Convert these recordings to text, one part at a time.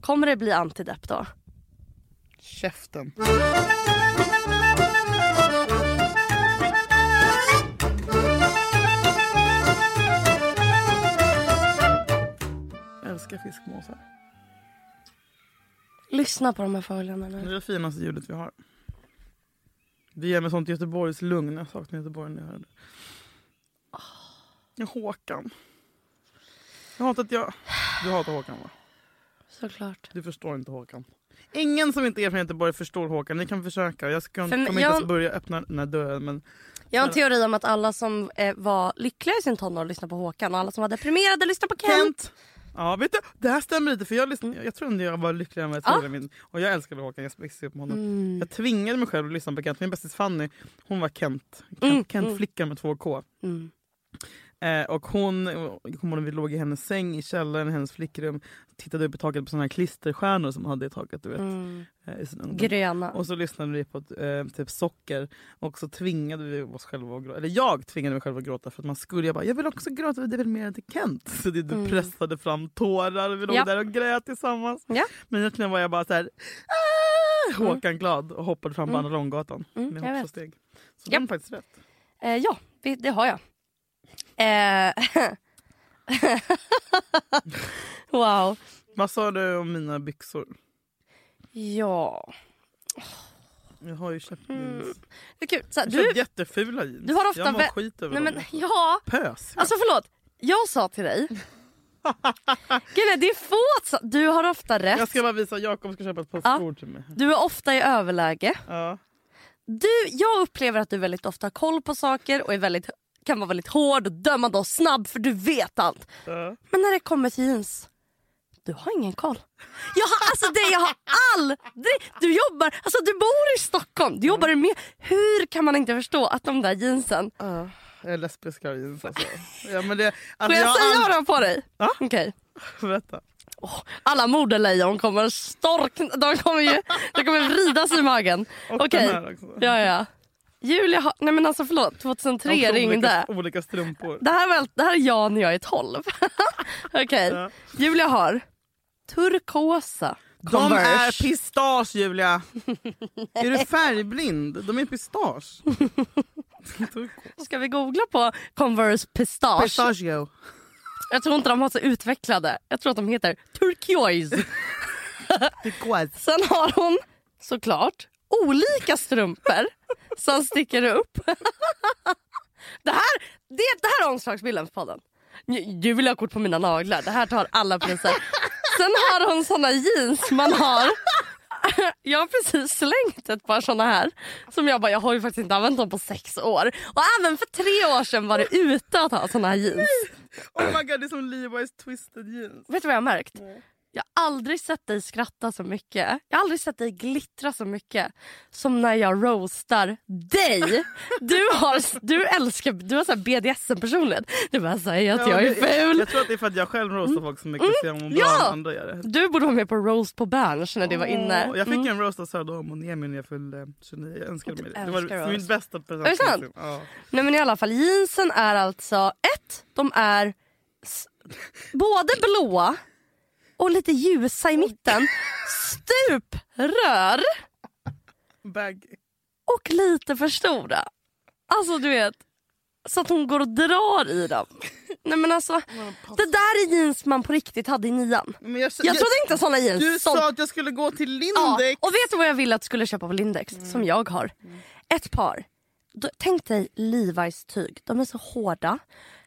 Kommer det bli antidepp då? Käften. Jag älskar fiskmåsar. Lyssna på de här fåglarna Det är nu. det finaste ljudet vi har. Det ger mig sånt Göteborgs lugn. Jag saknar Göteborg när jag hör det. Ja, Håkan. Jag hatar att jag... Du hatar Håkan va? Såklart. Du förstår inte Håkan. Ingen som inte är från Göteborg förstår Håkan. Ni kan försöka. Jag ska, För kommer inte jag- ens börja öppna den här dörren. Men Jag har en teori om att alla som eh, var lyckliga i sin tonår lyssnade på Håkan och alla som var deprimerade lyssnade på Kent. Kent! Ja, vet du, det här stämmer lite. För jag, lyssnade, jag tror ändå jag var lyckligare än vad jag Ja. Mm. trodde. Min, och jag älskar väl Håkan. Jag växte upp med honom. Jag tvingade mig själv att lyssna på Kent. Min bästis Fanny, hon var Kent. Kent, Mm, Kent mm. flickan med två K. Mm. Eh, och hon, jag kommer ihåg när vi låg i hennes säng i källaren, i hennes flickrum. Tittade upp i taket på såna här klisterstjärnor som hon hade i taket. Du vet, Mm. eh, i sin ungdom. Gröna. Och så lyssnade vi på eh, typ socker och så tvingade vi oss själva att gråta. Eller jag tvingade mig själv att gråta för att man skulle. Jag bara, jag vill också gråta det är väl mer till Kent. Så det, du Mm. pressade fram tårar vi låg Ja. där och grät tillsammans. Ja. Men egentligen var jag bara så här, "Ah!" Håkan glad och hoppade fram på Mm. andra långgatan Mm, med jag vet. hoppsåsteg. Så Japp. den är faktiskt rätt. Eh, ja, det, det har jag. Eh, wow. Vad sa du om mina byxor? Ja. Jag har ju köpt Mm. jeans. Det är kul. Så här, Jag har du, köpt jättefula jeans. du har ofta jag mår vä- skit över nej men dem. ja. Pös. Alltså förlåt. Jag sa till dig. Gille, det är få sa- Du har ofta rätt. Jag ska bara visa, Jakob ska köpa ett par Ja. skor till mig. Du är ofta i överläge. Ja. Du, jag upplever att du väldigt ofta har koll på saker och är väldigt, kan vara väldigt hård och dömande och snabb för du vet allt. Ja. Men när det kommer till jeans, du har ingen koll. Jag har, alltså det, jag har aldrig... Du jobbar, alltså du bor i Stockholm, du jobbar med... Hur kan man inte förstå att de där jeansen... Ja, jag är lesbisk av jeans alltså. Ja, men det, Får alltså jag har säga aldrig- vad du har på dig? Ja. Okej. Berätta. Åh, alla modelejon kommer storkna... De kommer ju... De kommer vridas i magen. Och Okej. den här också. Ja, ja. Julia har... Nej men alltså förlåt, 2003 Och ringde. olika, olika strumpor. Det här, var, det här är jag när jag är 12. Okej. Ja. Julia har turkosa De Converse. är pistage Julia! är du färgblind? De är pistage. Ska vi googla på Converse Pistage? Pistagio. Jag tror inte de har så utvecklade. Jag tror att de heter Turquoise. Turquoise. Sen har hon såklart olika strumpor som sticker upp. Det här, det, det här är omslagsbilden på podden. Ni- Du vill ha kort på mina naglar. Det här tar alla priser. Sen har hon såna jeans man har. Jag har precis slängt ett par såna här. Som jag bara, jag har ju faktiskt inte använt dem på sex år. Och även för tre år sedan var det ute att ha såna här jeans. Oh my god, det är som Levi's twisted jeans. Vet du vad jag har märkt? Jag har aldrig sett dig skratta så mycket. Jag har aldrig sett dig glittra så mycket som när jag roastar dig. Du har, du älskar, du har så här BDSM-personlighet. Du bara säger att jag är ful. Mm. Jag tror att det är för att jag själv roastar folk så mycket så jag mår bra Ja! när andra gör det. Du borde vara med på roast på Berns när det var inne. Åh, jag fick Mm. en roast av Söderholm och Niemi när jag fyllde 29. Jag önskade Du mig det. Det var älskar min roast. bästa present. Är det sant? någonsin. Ja. Nej men i alla fall jeansen är alltså ett, de är s- både blåa och lite ljusa i mitten. Stuprör. Baggy. och lite för stora. Alltså du vet, så att hon går och drar i dem. Nej men alltså, det där är jeans man på riktigt hade i nian. Men jag, Jag trodde inte såna jeans. Du sånt- sa att jag skulle gå till ja. Lindex. Och vet du vad jag ville att du skulle köpa på Lindex? Mm. Som jag har. Ett par. Då- Tänk dig Levi's tyg. De är så hårda,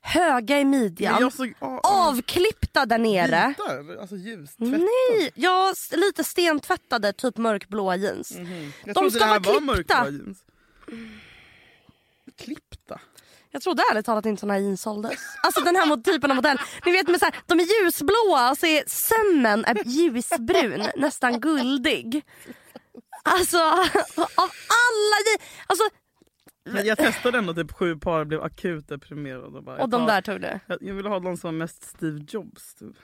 höga i midjan, Men jag såg oh, avklippta där nere. vita, eller? alltså Mm. ljustvättade. Nej, jag s- lite stentvättade typ mörkblåa jeans. Jag De trodde ska det här vara var mörkblå klippta. jeans. Klippta? Jag trodde ärligt talat inte såna här jeans såldes. Alltså den här mot- typen av modell. Ni vet med så här, de är ljusblåa och så är sömmen är ljusbrun, nästan guldig. Alltså av alla jeans. Alltså, Men jag testade ändå typ sju par blev akut deprimerad. Och, bara, och jag de tar- där tog det. Jag, jag ville ha de som var mest Steve Jobs. Typ.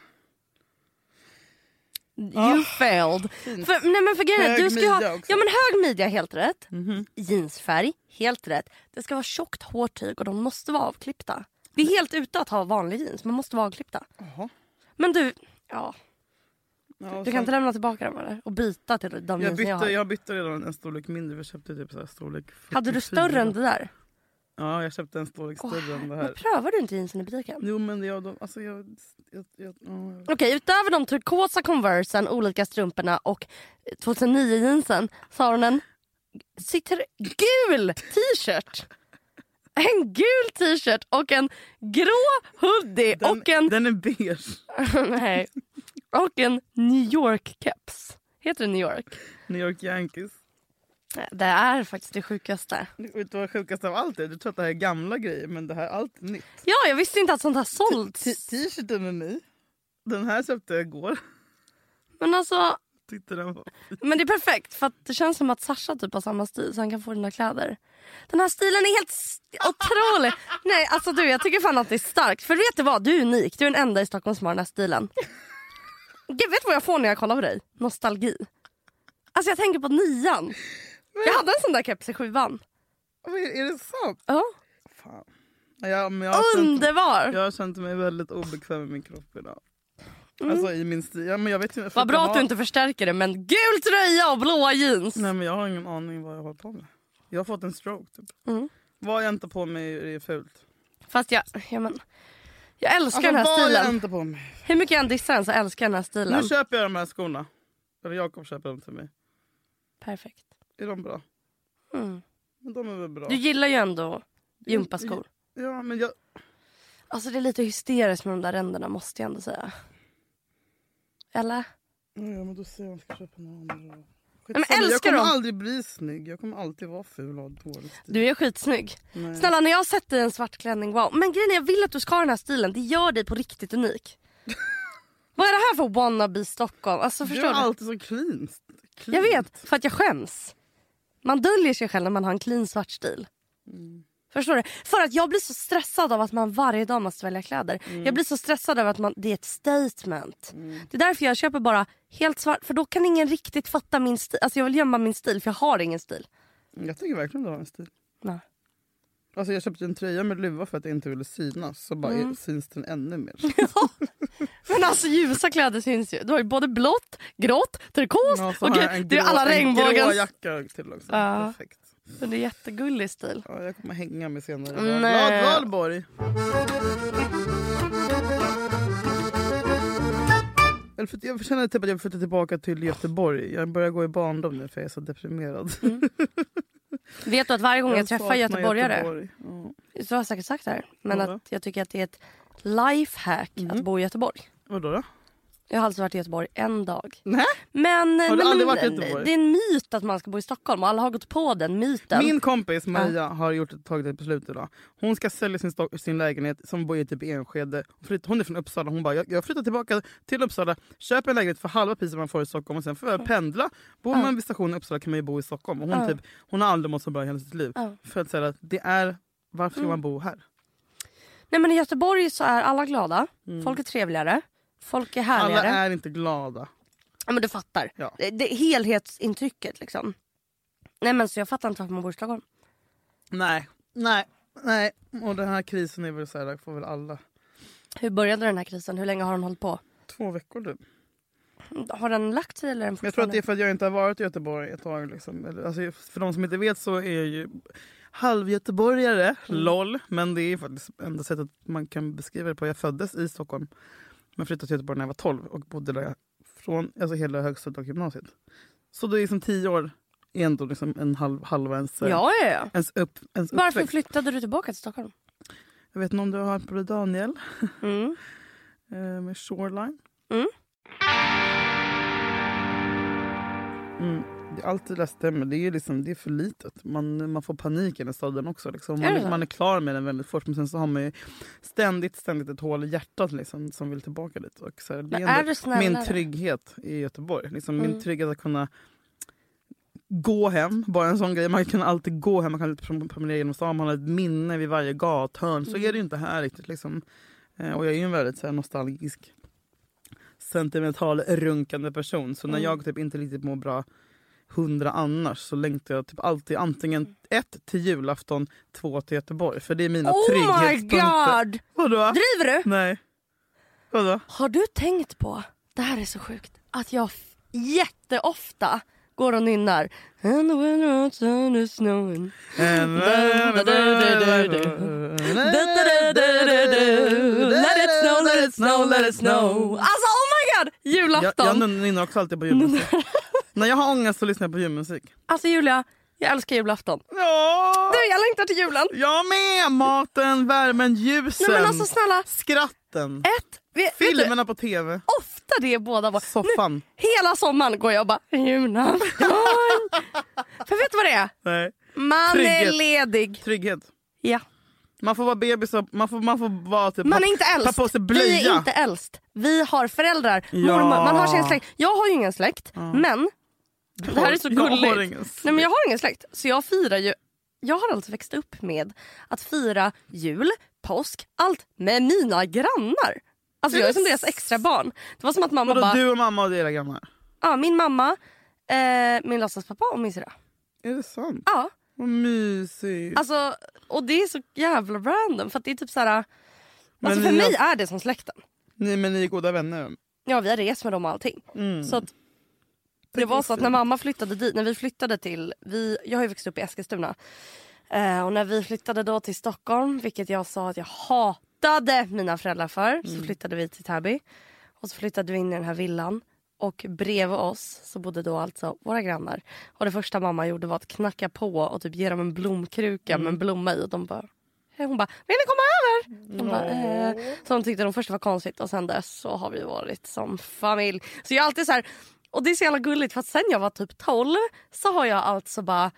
You failed. För, nej men för grejen, är att Hög du ska ju ha, midja också. Mhm. ja men hög midja helt rätt. Jeansfärg helt rätt. Det ska vara tjockt hårtyg och de måste vara avklippta. Det är helt ute att ha vanlig jeans, man måste vara avklippta. Jaha. Men du, ja. Ja, och Du sen- kan inte lämna tillbaka dem eller? Och byta till de jag, jeansen bytte, jag har. jag bytte redan en storlek mindre, vi köpte typ så här storlek 44. Hade du större än det där? Ja, jag köpte en storlek Åh, större än det Men här. prövar du inte jeansen i butiken? Jo men jag, de, alltså jag, jag, jag, ja, jag... Okej, utöver de turkosa Conversen, olika strumporna och 2009 jeansen så har hon en sitter gul t-shirt. En gul t-shirt och en grå hoodie Den, och en... den är beige. nej. Och en New York-keps. Heter det New York? New York Yankees. Det är faktiskt det sjukaste. Vet du vad sjukast av allt är? Du tror att det här är gamla grejer men det här är allt nytt. Ja, jag visste inte att sånt här sålts. T-shirten är ny. Den här köpte jag igår. Men alltså, Tyckte den var... men det är perfekt för att det känns som att Sasha typ har samma stil så han kan få dina kläder. Den här stilen är helt s- otrolig. Nej, alltså du jag tycker fan att det är starkt. För vet du vad, du är unik. Du är den enda i Stockholm som har den här stilen. Jag vet vad jag får när jag kollar på dig? Nostalgi. Alltså jag tänker på nian. Jag hade en sån där keps i sjuan. Men Är, är det sant? Ja. Fan. Ja, men jag, har känt, Underbar! jag har känt mig väldigt obekväm i min kropp idag. Alltså i min stil. Ja, men jag vet ju, Mm. Vad bra jag att du har- inte förstärker det men gul tröja och blåa jeans. Nej men jag har ingen aning vad jag håller på med. Jag har fått en stroke typ. Mm. Vad jag inte på mig är fult. Fast jag, ja, men, jag älskar Alltså den här vad jag stilen. inte på mig. Hur mycket jag än dissar den så älskar jag den här stilen. Nu köper jag de här skorna. Eller Jakob köper dem till mig. Perfekt. Är de bra? Mm. Men de är väl bra. Du gillar ju ändå gympaskor. Ja men jag... Alltså det är lite hysteriskt med de där ränderna måste jag ändå säga. Eller? Ja, ja, men då ser jag om jag ska köpa några andra. men Skitsamma, jag älskar kommer dem. aldrig bli snygg. Jag kommer alltid vara ful och ha dålig stil. Du är skitsnygg. Nej. Snälla när jag har sett dig i en svart klänning, wow. Men grejen är jag vill att du ska ha den här stilen. Det gör dig på riktigt unik. Vad är det här för wannabe Stockholm? Alltså du förstår är du? alltid så clean. clean. Jag vet, för att jag skäms. Man döljer sig själv när man har en clean svart stil. Mm. Förstår du? För att jag blir så stressad av att man varje dag måste välja kläder. Mm. Jag blir så stressad över att man, det är ett statement. Det är därför jag köper bara helt svart. För då kan ingen riktigt fatta min stil. Alltså jag vill gömma min stil för jag har ingen stil. Jag tycker verkligen du har en stil. Nej. Alltså jag köpte en tröja med luva för att jag inte ville synas. Så bara Mm. syns den ännu mer. Men alltså ljusa kläder syns ju. Du har ju både blått, grått, turkost Ja, så och har gud, jag en det är grå- alla En grå regnbågens. jacka till också. Ja. Perfekt. Men Det är jättegullig stil. Ja, jag kommer hänga mig senare. Nej. Glad valborg! Eller för att Jag känner typ att jag flyttar tillbaka till Göteborg. Jag börjar gå i barndom nu för jag är så deprimerad. Vet du att varje gång jag, träffar saknar göteborgare Göteborg. Ja. Så har jag säkert sagt det här. Men Ja. Mm. att jag tycker att det är ett lifehack att bo i Göteborg. Vadå då? Jag har alltså varit i Göteborg en dag. Nej? Men, du men, aldrig men varit i Göteborg? det är en myt att man ska bo i Stockholm och alla har gått på den myten. Min kompis Maria har gjort ett, tagit ett beslut idag. Hon ska sälja sin, stock- sin lägenhet som bor i typ i Enskede. Hon flytt- Hon är från Uppsala. Hon bara, jag, jag flyttar tillbaka till Uppsala, köper en lägenhet för halva priset man får i Stockholm och sen får jag pendla. Bor man vid stationen i Uppsala kan man ju bo i Stockholm. Och hon, Ja. typ, hon har aldrig mått så bra i hela sitt liv. Ja. Mm. För att säga att det är, varför ska man bo här? Nej men i Göteborg så är alla glada. Folk är trevligare. Folk är Mm. Alla härligare. är inte glada. Ja men du fattar. Ja. Det, det, helhetsintrycket liksom. Nej men så jag fattar inte varför man bor i Stockholm. Nej. Nej. Nej. Och den här krisen är väl så här, där får väl alla. Hur började den här krisen? Hur länge har den hållit på? Två veckor typ. du. Har den lagt sig eller är den Men jag tror att fortfarande? det är för att jag inte har varit i Göteborg ett tag. Liksom. Eller, Alltså, för de som inte vet så är jag ju halvgöteborgare, Mm. LOL. Men det är faktiskt enda sättet man kan beskriva det på. Jag föddes i Stockholm men flyttade till Göteborg när jag var 12 och bodde där från alltså, hela högstadiet och gymnasiet. Så det är som tio år är ändå liksom en halv, halva ens, eh, Ja, ja, ja. ens, upp, ens Varför uppväxt. flyttade du tillbaka till Stockholm? Jag vet inte om du har hört på det, Daniel Mm. eh, med Shoreline. Mm. Mm. Det- Allt det där stämmer, det är, ju liksom, det är för litet. Man, man får panik i den staden också. Liksom. Är det så? Man, man är klar med den väldigt fort men sen så har man ju ständigt, ständigt ett hål i hjärtat liksom, som vill tillbaka dit. Och så här, det Men är är ändå du snällare? min trygghet i Göteborg. Liksom, Mm. Min trygghet att kunna gå hem, bara en sån grej. Man kan alltid gå hem, man kan prom- promenera genom stan, man har ett minne vid varje gathörn. Mm. Så är det ju inte här riktigt. Liksom. Eh, Och jag är ju en väldigt så här, nostalgisk, sentimental, runkande person. Så Mm. när jag typ inte riktigt mår bra hundra annars så längtar jag typ alltid antingen ett till julafton, två till Göteborg. För det är mina Oh my trygghetspunkter. god! Vadå? Driver du? Nej. Vadå? Har du tänkt på, det här är så sjukt, att jag f- jätteofta går och nynnar And when outside is snowing Let it snow, let it snow, let it snow Alltså oh my god! Jag, jag Julafton! nynnar också alltid på julmusik. När jag har ångest så lyssnar jag på julmusik. Alltså Julia, jag älskar julafton. Ja, Du, jag längtar till julen! jag med! Maten, värmen, ljusen, Nej men alltså snälla, skratten, ett, vet, vet du, filmerna på tv, ofta det båda var. soffan. Hela sommaren går jag och bara julafton. För vet du vad det är? Nej. Man är Trygghet. ledig. Trygghet. Ja. Man får vara bebis och man får, man får vara typ... Man är inte Ta äldst. på sig blöja. Vi är inte äldst. Vi har föräldrar, Ja. mormor, man har sin släkt. Jag har ju ingen släkt, men det här är så gulligt. Jag har ingen Nej, men jag har ingen släkt, så jag firar ju... Jag har alltså växt upp med att fira jul, påsk, allt med mina grannar. Alltså jag är som deras extra barn. Det var som att mamma Vadå, bara, du och mamma och era grannar? ja, min mamma, eh, min låtsaspappa och min syrra. Är det sant? Ja, Vad mysigt. alltså, och det är så jävla random för att det är typ så här... Men Alltså för ni har- mig är det som släkten. Ni, men ni är goda vänner. Ja, vi har rest med dem och allting. Mm. Så att det var så att när mamma flyttade dit, när vi flyttade till, vi, jag har ju växt upp i Eskilstuna. Eh, och när vi flyttade då till Stockholm, vilket jag sa att jag hatade mina föräldrar för, Mm. så flyttade vi till Täby. Och så flyttade vi in i den här villan. Och bredvid oss så bodde då alltså våra grannar. Och det första mamma gjorde var att knacka på och typ ge dem en blomkruka Mm. med en blomma i. Och de bara, hej. hon bara, vill ni komma över? Hon bara, Mm. eh. Så de tyckte de första var konstigt och sen dess så har vi varit som familj. Så jag är alltid så här, och det är så jävla gulligt för att sen jag var typ 12 så har jag alltså bara,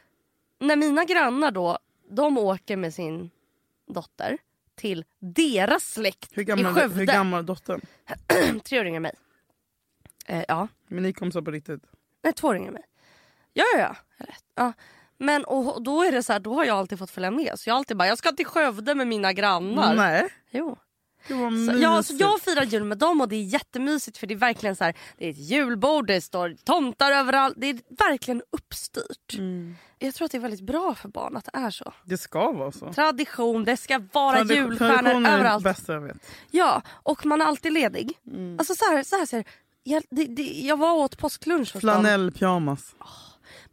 när mina grannar då, de åker med sin dotter till deras släkt Hur i gammal, Skövde. hur gammal är dottern? Tre år yngre än mig. Eh, ja. Men ni kom så på riktigt? Nej, två år yngre än mig. Ja, ja, ja. Jag är Rätt. ja. Men och då är det så här, då har jag alltid fått följa med. Så jag har alltid bara, jag ska till Skövde med mina grannar. Nej. Jo. Så, Det var typ. Mm, mysigt. ja, så jag firar jul med dem och det är jättemysigt för det är verkligen så här, det är ett julbord, det står tomtar överallt. Det är verkligen uppstyrt. Mm. Jag tror att det är väldigt bra för barn att det är så. Det ska vara så. Tradition, det ska vara Tradition- tradition julstjärnor är överallt. det bästa jag vet. Ja, och man är alltid ledig. Mm. Alltså så här, så här ser det- jag, det, det, jag var åt påsklunch hos dem. Flanellpyjamas.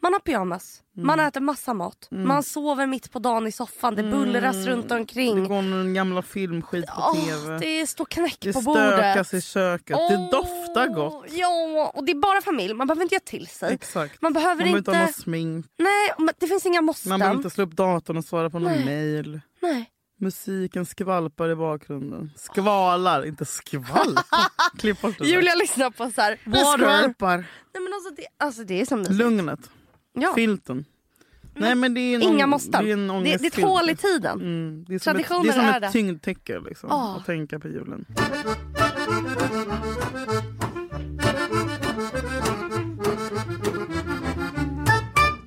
Man har pyjamas, Mm. man äter massa mat, man sover mitt på dagen i soffan, det bullras runt Mm. Det omkring. går någon gamla filmskit på Åh, tv. det står knäck Det på bordet. stökas i köket. Åh, Det doftar gott. Ja, och det är bara familj, man behöver inte göra till sig. Exakt. Man behöver Man behöver inte inte... ha något smink. Nej, men det finns inga Man måsten. behöver inte slå upp datorn och svara på någon Nej. mail. Nej. Musiken skvalpar i bakgrunden. Skvalar, inte skvalpar. Klipp bort det där. Julia lyssnar på så här, Det water. skvalpar. Nej, men alltså, det, alltså det är som mysigt. Lugnet, Ja. Mm. filten. Nej, men det är en, Inga ång- måsten. Det är, en Det, det är ett ångestfilter. hål i tiden. Mm, det är som ett, det Traditionen är som är ett det. tyngdtäcke liksom, Ah. att tänka på julen.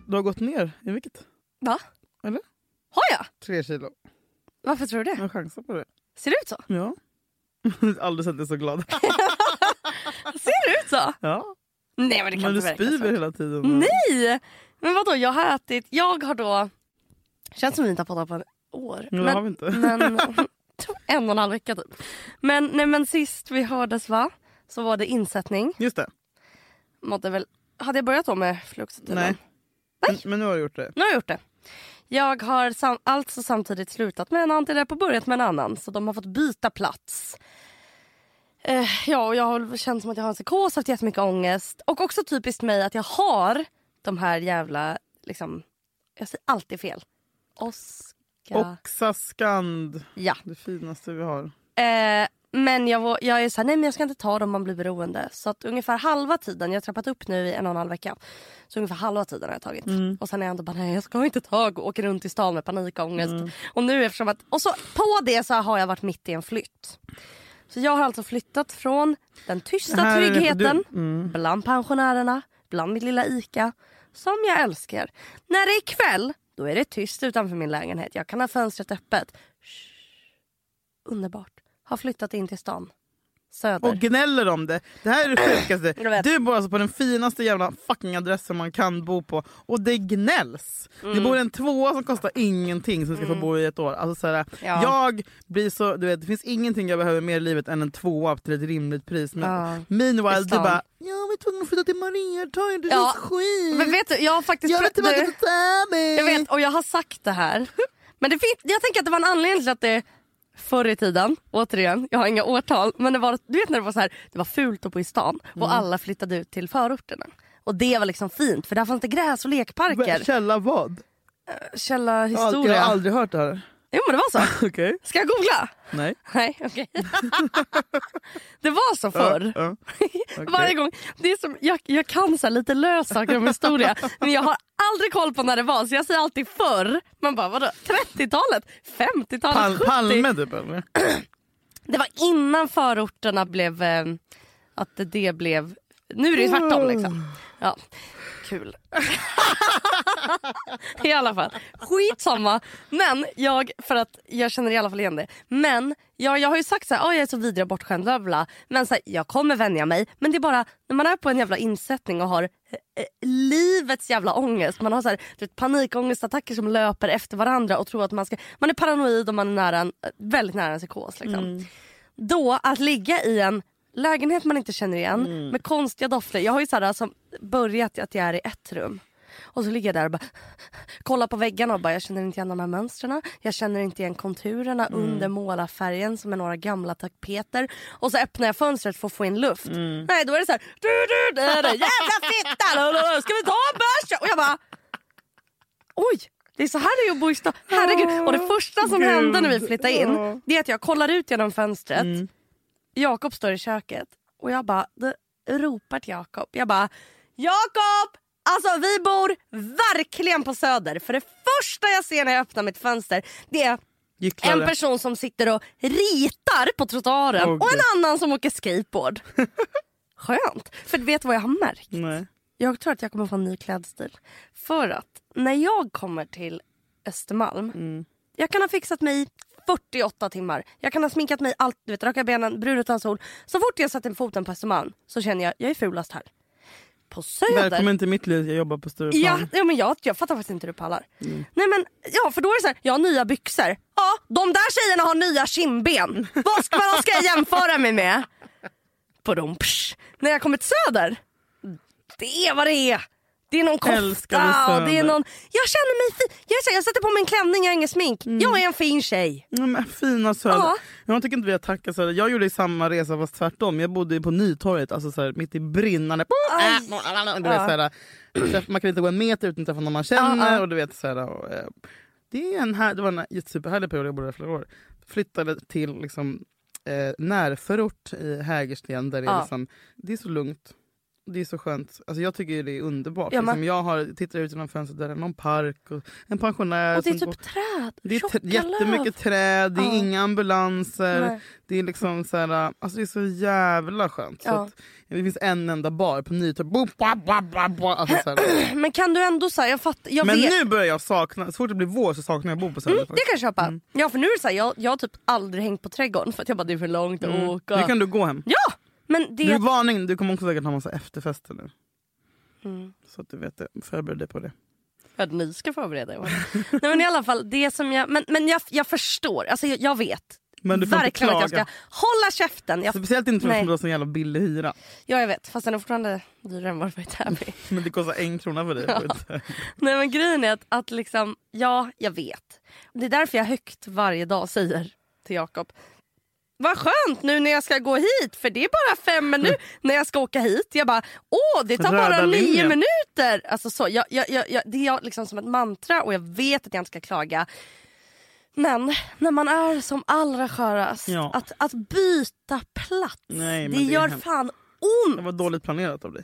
Du har gått ner i vikt. Va? Eller? Har jag? Tre kilo. Varför tror du det? Jag chansar på det. Ser det ut så? Ja. Jag har aldrig sett dig så glad. Ser det ut så? Ja. Nej men det kan Mm. Men inte du verka så. spyr väl hela tiden? Nej! Men vadå, jag har ätit... Jag har då... känns som vi inte har poddat på ett år. Men det har vi inte. men, men tror en och en halv vecka typ. Men, nej, men sist vi hördes va? Så var det insättning. Just det. Mådde väl... Hade jag börjat då med fluoxetilen? Nej. Men, men nu har du gjort det. Nu har jag gjort det. Jag har sam- alltså samtidigt slutat med en antidepp och börjat med en annan. Så de har fått byta plats. Eh, ja, och jag har känt som att jag har en psykos, haft jättemycket ångest. Och också typiskt mig att jag har de här jävla... Liksom, jag säger alltid fel. Oskar... Oxaskand. Ja. Det finaste vi har. Eh, men jag, var- jag är så här, nej men jag ska inte ta dem om man blir beroende. Så att ungefär halva tiden, jag har trappat upp nu i en och en halv vecka. Så ungefär halva tiden har jag tagit. Mm. Och sen är jag ändå bara, nej jag ska inte ta och åker runt i stan med panikångest. Mm. Och nu eftersom att, och så på det så har jag varit mitt i en flytt. Så jag har alltså flyttat från den tysta Här är det- tryggheten du- mm. bland pensionärerna, bland mitt lilla ICA. Som jag älskar. När det är kväll, då är det tyst utanför min lägenhet. Jag kan ha fönstret öppet. Shh. Underbart. Har flyttat in till stan. Söder. och gnäller om det. Det här är det sjukaste. Jag vet. Du bor alltså på den finaste jävla fucking adressen man kan bo på och det gnälls. Mm. Du bor i en tvåa som kostar ingenting som du ska få bo i ett år. Alltså, så här, Ja. Jag blir så, du vet, det finns ingenting jag behöver mer i livet än en tvåa till ett rimligt pris. Men Ja. meanwhile I du stan. bara “jag var tvungen att flytta till Mariatorget, det är Ja. skit”. Men vet du, jag har faktiskt... jag vill du- tillbaka till Täby. Jag vet och jag har sagt det här. Men det finns, jag tänker att det var en anledning till att det förr i tiden, återigen, jag har inga årtal, men det var, du vet när det var så här, det var fult att bo i stan och Mm. alla flyttade ut till förorterna. Och det var liksom fint för där fanns det gräs och lekparker. Källa vad? Källa Jag har aldrig- Jag historia. har aldrig hört det här. Jo men det var så. Okej. Ska jag googla? Nej. Nej okej. det var så förr. Ja, ja. Varje gång. Det är som, jag, jag kan så här lite löst saker om historia men jag har aldrig koll på när det var så jag säger alltid förr. Man bara vadå 30-talet? 50-talet? Pal- 70? Palme typ eller? Det var innan förorterna blev... Eh, att det blev... Nu är det ju tvärtom liksom. Ja, kul. I alla fall. Skitsamma. Men jag, för att jag känner i alla fall igen det. Men jag, jag har ju sagt så här, "Åh, jag är så vidrig och bortskämd. Bla bla. bla." Men så här, jag kommer vänja mig. Men det är bara när man är på en jävla insättning och har eh, eh, livets jävla ångest. Man har så här, du vet, panikångestattacker som löper efter varandra och tror att man ska... Man är paranoid och man är nära en, eh, väldigt nära en psykos. Liksom. Då att ligga i en lägenhet man inte känner igen med konstiga dofter. Jag har ju så här, alltså, börjat att jag är i ett rum. Och så ligger jag där och bara kollar på väggarna och bara jag känner inte igen de här mönstren. Jag känner inte igen konturerna under målarfärgen som är några gamla tapeter. Och så öppnar jag fönstret för att få in luft. Nej då är det så här du, du, du, du, jävla fitta, la, la, la, ska vi ta en bärs? Och jag bara oj, det är så här det är att bo i stan. Herregud. Och det första som Gud. hände när vi flyttade Ja. Mm. in det är att jag kollar ut genom fönstret. Jakob står i köket och jag bara det ropar till Jakob. Jag bara Jakob! Alltså vi bor verkligen på Söder. För det första jag ser när jag öppnar mitt fönster det är en Gycklare. person som sitter och ritar på trottoaren Åh, och en Gud. annan som åker skateboard. Skönt. För vet du vad jag har märkt? Nej. Jag tror att jag kommer få en ny klädstil. För att när jag kommer till Östermalm. Jag kan ha fixat mig i 48 timmar. Jag kan ha sminkat mig allt. Du vet, raka benen, brun utan sol. Så fort jag sätter foten på Östermalm så känner jag jag är fulast här. På Söder. Välkommen till mitt liv, jag jobbar på Stureplan. Ja, ja men jag, jag fattar faktiskt inte hur du pallar. Mm. Nej men, ja för då är det så här, jag har nya byxor. Ja, de där tjejerna har nya kindben. Vad ska, vad ska jag jämföra mig med? Badum, psh. När jag kommer till Söder, det är vad det är. Det är någon Älskar du kofta och det är Söder? någon... Jag känner mig fin. Jag, är så här, jag sätter på mig en klänning, jag har ingen smink. Mm. Jag är en fin tjej. Ja, men fina Söder. Ja. Jag tycker inte vi har tackat Söder. Jag gjorde ju samma resa fast tvärtom. Jag bodde ju på Nytorget, alltså så här, mitt i brinnande... Äh, Aj. Du vet, så här, träff- man kan inte gå en meter utan att träffa någon man känner. Ja, ja. Och du vet, så här, och, eh, det, är en här, det var en jätte- superhärlig period, jag bodde där flera år. Flyttade till liksom, eh, närförort i Hägersten där det, är Ja. liksom, det är så lugnt. Det är så skönt. Alltså jag tycker ju det är underbart. Ja, men- liksom, jag har, tittar ut genom fönstret, där är någon park och en pensionär Och det är som går- typ träd, det är tjocka t- jättemycket träd, det är Ja. inga ambulanser. löv. Nej. Det är liksom så här, alltså det är så jävla skönt. Så Ja. att, det finns en enda bar på Nytorget. Bo- ba- ba- ba- ba- Alltså så här. Men kan du ändå säga, jag fattar. Jag Men vet. nu börjar jag sakna, så fort det blir vår så saknar jag att bo på Söder. Mm, det kan jag köpa. Ja, för nu är det så här, jag, jag har typ aldrig hängt på trädgården för att jag bara det är för långt att åka. Nu Mm. kan du gå hem. Ja! Men det... Du, varning, du kommer också säkert ha massa efterfester nu. Så att du vet det, förbered dig på det. Mm. Att ni ska förbereda er. Nej, men i alla fall, det som jag... Men, men jag, jag förstår. Alltså, jag, jag vet. Men du får inte Verkligen klaga. att jag ska hålla käften. Jag, Speciellt inte för att Nej. det var så jävla billig hyra. ja, jag vet. Fast den är fortfarande dyrare än vad det var i Täby. Men det kostar en krona för dig. Ja. Nej men grejen är att, att liksom, ja jag vet. Det är därför jag högt varje dag säger till Jakob. Vad skönt nu när jag ska gå hit för det är bara fem minuter när jag ska åka hit. Jag bara, åh det tar bara Röda nio linjen. minuter. Alltså så, jag, jag, jag, jag, det är jag liksom som ett mantra och jag vet att jag inte ska klaga. Men när man är som allra skörast, Ja. att, att byta plats, Nej, men det, det är gör hemskt. fan ont. Det var dåligt planerat av dig.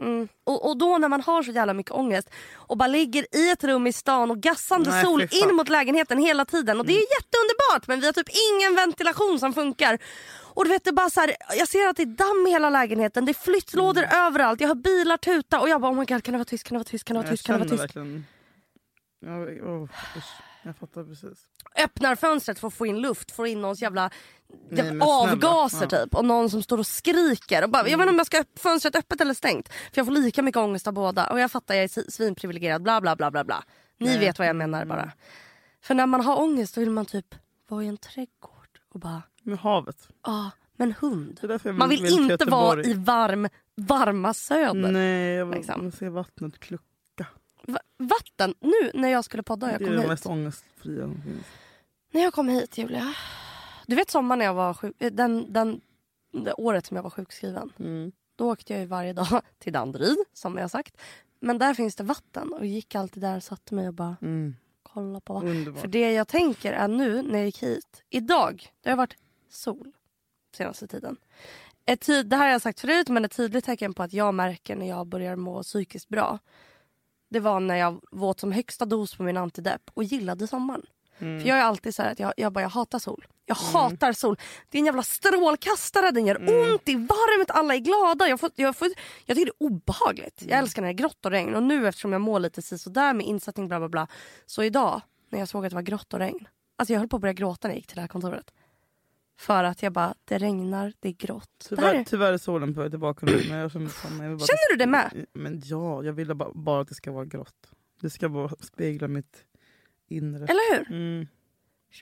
Mm. Och, och då när man har så jävla mycket ångest och bara ligger i ett rum i stan och gassande Nej, sol fy fan. Mm. in mot lägenheten hela tiden. Och det är jätteunderbart men vi har typ ingen ventilation som funkar. Och du vet det är bara så här, jag ser att det är damm i hela lägenheten, det är flyttlådor Mm. överallt, jag hör bilar tuta och jag bara oh my god kan det vara tyst, kan det vara tyst, kan det vara Jag tyst, kan det känner vara tyst. verkligen Jag, åh, usch. jag fattar precis. Öppnar fönstret för att få in luft, får in någons jävla Nej, men jävla snälla. avgaser Ja. typ. Och någon som står och skriker. Och bara, Jag vet inte om jag ska ha fönstret öppet eller stängt. För jag får lika mycket ångest av båda. Och jag fattar jag är si- svinprivilegierad bla bla bla bla bla. Ni Nej. vet vad jag menar bara. För när man har ångest då vill man typ vara i en trädgård och bara Med havet. ja ah, men hund. Det är därför jag Man vill till inte vara Mm, Göteborg. i varm, varma söder. Nej, jag vill liksom. jag vill se vattnet klucka. Va- Vatten, nu när jag skulle podda och jag Det är kom det hit. mest ångestfria som finns. När jag kom hit Julia. Du vet sommaren när jag var sjuk, eh, den, den, det året som jag var sjukskriven. Mm. Då åkte jag ju varje dag till Danderyd som jag har sagt. Men där finns det vatten och jag gick alltid där och satte mig och bara Mm. kolla på vatten. Underbart. För det jag tänker är nu när jag gick hit. Idag, det har varit sol senaste tiden. Ett tid, det här har jag sagt förut men ett tydligt tecken på att jag märker när jag börjar må psykiskt bra. Det var när jag åt som högsta dos på min antidepp och gillade sommaren. Mm. För jag är alltid så här att jag, jag bara jag hatar sol. Jag hatar sol. Det är en jävla strålkastare, den gör ont, det är varmt, alla är glada. Jag, får, jag, får, jag tycker det är obehagligt. Jag älskar när det är grått och regn och nu eftersom jag mår lite sisådär med insättning bla bla bla. Så idag när jag såg att det var grått och regn. Alltså jag höll på att börja gråta när jag gick till det här kontoret. För att jag bara, det regnar, det är grått. Det här Tyvärr, är, tyvärr är solen på väg tillbaka nu. Men jag känner, fan, jag vill bara känner du det med? Men ja, jag vill bara, bara att det ska vara grått. Det ska bara spegla mitt inre. Eller hur? Mm.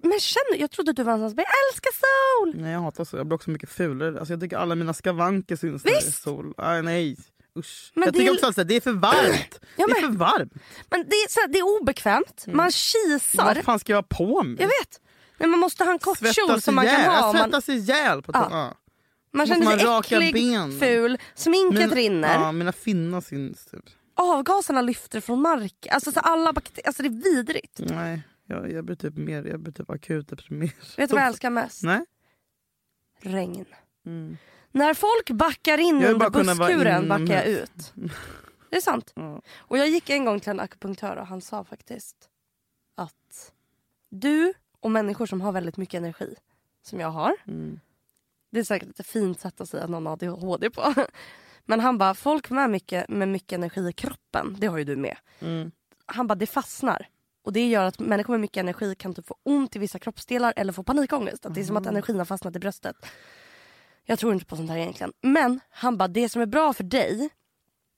Men känner, jag trodde att du var en sån som bara, jag älskar sol! Nej jag hatar sol, jag blir också mycket fulare. Alltså, jag tycker alla mina skavanker syns när det är Visst! sol. Aj, nej usch. Men jag det tycker är- också att det är för varmt. Ja, Det är men, för varmt. men det, är, så här, det är obekvämt, man kisar. Vad fan ska jag ha på mig? Jag vet. Men man måste ha en kort kjol som man Mm. ihjäl. kan ha. Jag om Man, svettas ihjäl på Ja. to- ja. man måste känner man sig raka äcklig, benen. ful, sminket Mina- rinner, Ja, mina finnar syns typ. avgaserna lyfter från marken. Alltså, så alla bakterier, alltså det är vidrigt. Nej, jag, jag blir typ mer, jag blir typ akut deprimerad. Vet du vad jag älskar mest? Nej. Regn. Mm. När folk backar in vill under bara kunna vara busskuren backar jag inomhus. ut. Det är sant. Ja. Och jag gick en gång till en akupunktör och han sa faktiskt att du och människor som har väldigt mycket energi, som jag har, Mm. Det är säkert ett fint sätt att säga att någon har ADHD på. Men han bara, folk med mycket, med mycket energi i kroppen, det har ju du med. Mm. Han bara, det fastnar. Och det gör att människor med mycket energi kan typ få ont i vissa kroppsdelar eller få panikångest. Att det är som att energin har fastnat i bröstet. Jag tror inte på sånt här egentligen. Men han bara, det som är bra för dig.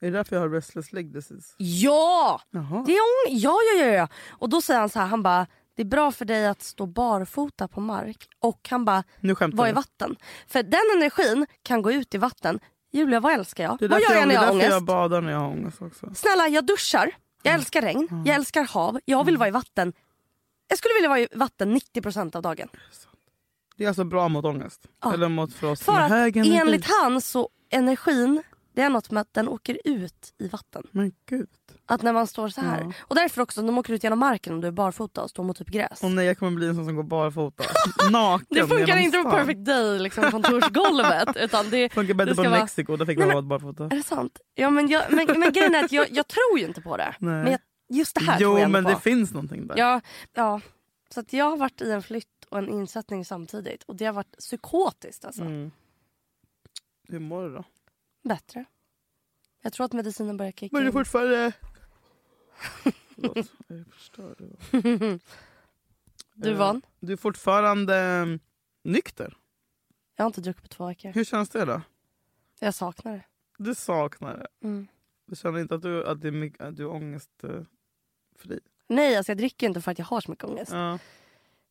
Är det därför jag har restless leg disease? Ja! Jaha. Det är ång- ja, ja, ja, ja. Och då säger han så här, han bara, det är bra för dig att stå barfota på mark. Och han bara, Nu skämtar vad är du. vatten? För den energin kan gå ut i vatten. Julia, vad älskar jag? Det är vad därför gör jag när jag har det är därför ångest? jag Mm. badar när jag har ångest också. Snälla, jag duschar. Jag älskar regn. Jag älskar hav. Jag Mm. vill vara i vatten. Jag skulle vilja vara i vatten 90% av dagen. Det är alltså bra mot ångest. Ja. Eller mot för oss För med att hög energi. enligt han så energin, det är något med att den åker ut i vatten. Men gud. Att när man står så här. Ja. Och därför också, de åker ut genom marken om du är barfota och står mot typ gräs. Och nej jag kommer bli en sån som går barfota. Naken Det funkar genom inte på stan. perfect day, liksom kontorsgolvet. utan det, Funkar bättre Det på ska vara- Mexiko, där fick Nej, man men- vara barfota. Är det sant? Ja, men, jag, men, men grejen är att jag, jag tror ju inte på det. Nej. Men jag, just det här tror Jo jag men ändå det på. finns någonting där. Ja, ja. Så att jag har varit i en flytt och en insättning samtidigt. Och det har varit psykotiskt alltså. Mm. Hur mår du då? Bättre. Jag tror att medicinen börjar kicka Men du är in. fortfarande... Förlåt, jag förstörde. Du vann. Du är fortfarande eh, nykter. Jag har inte druckit på två veckor. Hur känns det då? Jag saknar det. Du saknar det. Mm. Du känner inte att du, att det är, mycket, att du är ångestfri? Nej, alltså jag dricker inte för att jag har så mycket ångest. Ja.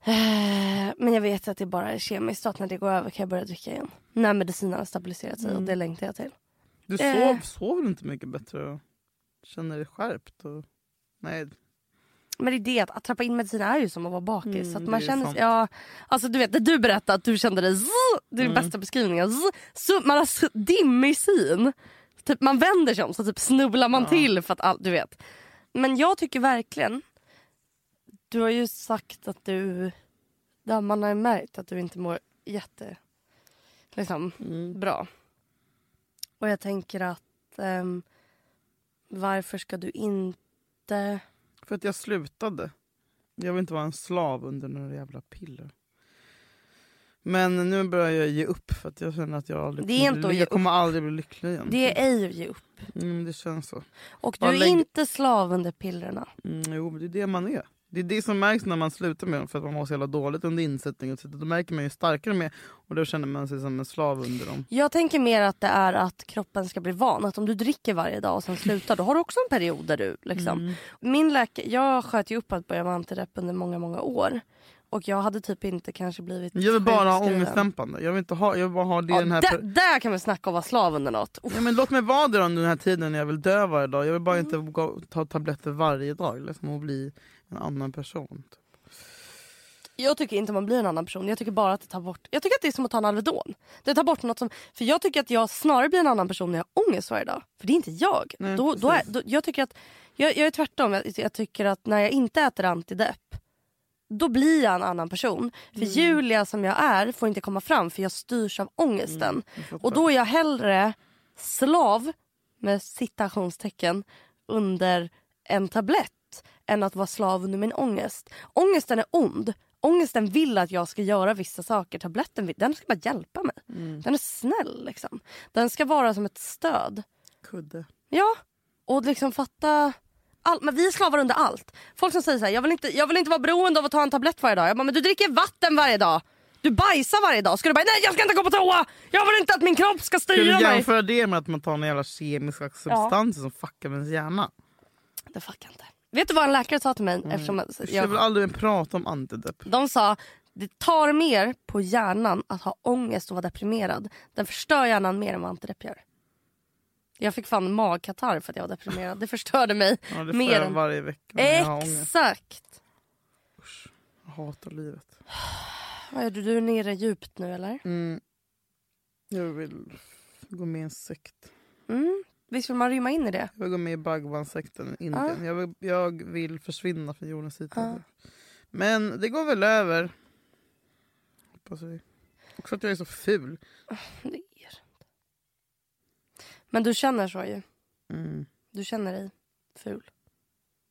Eh, Men jag vet att det bara är kemiskt. Så att när det går över kan jag börja dricka igen. När medicinen har stabiliserat sig. Mm. Och det längtar jag till. Du Eh. sov, sov du inte mycket bättre och känner dig skärpt? Och... Nej. Men det är det, att, att trappa in medicin är ju som att vara bakis. Mm, så att man det är känner sant. sig, ja, alltså du vet, när du berättade att du kände dig zzz, det Mm. är den bästa beskrivningen. Zzz, så man har s- dimmig syn. Typ, man vänder sig om så typ snubblar man till. för att all, du vet. Men jag tycker verkligen, du har ju sagt att du, där man har ju märkt att du inte mår jätte, liksom, Mm. bra. Och jag tänker att ehm, varför ska du inte För att jag slutade. Jag vill inte vara en slav under några jävla piller. Men nu börjar jag ge upp för att jag känner att jag aldrig Det är inte kommer, att bli- ge jag kommer aldrig bli lycklig igen. Det är ej att ge upp. Mm, det känns så. Och du Bara är lägg- inte slav under pillerna. Mm, jo, men det är det man är. Det är det som märks när man slutar med dem för att man mår så jävla dåligt under insättningen. Så Då märker man ju hur starkare med och då känner man sig som en slav under dem. Jag tänker mer att det är att kroppen ska bli van. Att om du dricker varje dag och sen slutar, då har du också en period där du liksom. Mm. Min läkare, jag sköt ju upp att börja med antidepp under många, många år. Och jag hade typ inte kanske blivit Jag vill bara ha sjukskriven. ångestdämpande. Jag vill, inte ha, jag vill bara ha det i Ja, den här... där, per- där kan vi snacka om att vara slav under något. Uff. Ja, men låt mig vara det då under den här tiden när jag vill dö varje dag. Jag vill bara inte gå, ta tabletter varje dag liksom, och bli en annan person. typ. Jag tycker inte man blir en annan person. Jag tycker bara att det tar bort. Jag tycker att det är som att ta en Alvedon. Det tar bort något som... För jag tycker att jag snarare blir en annan person när jag har ångest varje dag. För det är inte jag. Nej, då, då är, precis. då, jag tycker att... Jag, jag är tvärtom. Jag, jag tycker att när jag inte äter antidepp då blir jag en annan person. För Mm. Julia som jag är får inte komma fram för jag styrs av ångesten. Jag fattar. Och då är jag hellre slav med citationstecken under en tablett än att vara slav under min ångest. Ångesten är ond. Ångesten vill att jag ska göra vissa saker. Tabletten vill, den ska bara hjälpa mig. Mm. Den är snäll. liksom. Den ska vara som ett stöd. Kudde. Ja, och liksom fatta... All, men vi är slavar under allt. Folk som säger så här, jag vill, inte, jag vill inte vara beroende av att ta en tablett varje dag. Jag bara, men du dricker vatten varje dag. Du bajsar varje dag. Ska du bara, nej jag ska inte gå på toa! Jag vill inte att min kropp ska Ska styra du mig. jämföra det med att man tar en jävla kemiska substanser som fuckar med ens hjärna? Det fuckar inte. Vet du vad en läkare sa till mig? Eftersom Jag ska Mm. väl jag, aldrig mer prata om antidepp. de sa, det tar mer på hjärnan att ha ångest och vara deprimerad. Den förstör hjärnan mer än vad antidepp gör. Jag fick fan magkatarr för att jag var deprimerad. Det förstörde mig. Ja, det får Mer jag än- varje vecka när jag har ångest. Exakt! Jag hatar livet. Vad gör du? Du är nere djupt nu eller? Mm. Jag vill gå med i en sekt. Mm. Visst vill man rymma in i det? Jag vill gå med i Bhagwan-sekten i Indien. Jag, vill, jag vill försvinna från jordens yta. Ja. Men det går väl över. Hoppas vi. Också att jag är så ful. Det är det inte. Men du känner så ju. Mm. Du känner dig ful.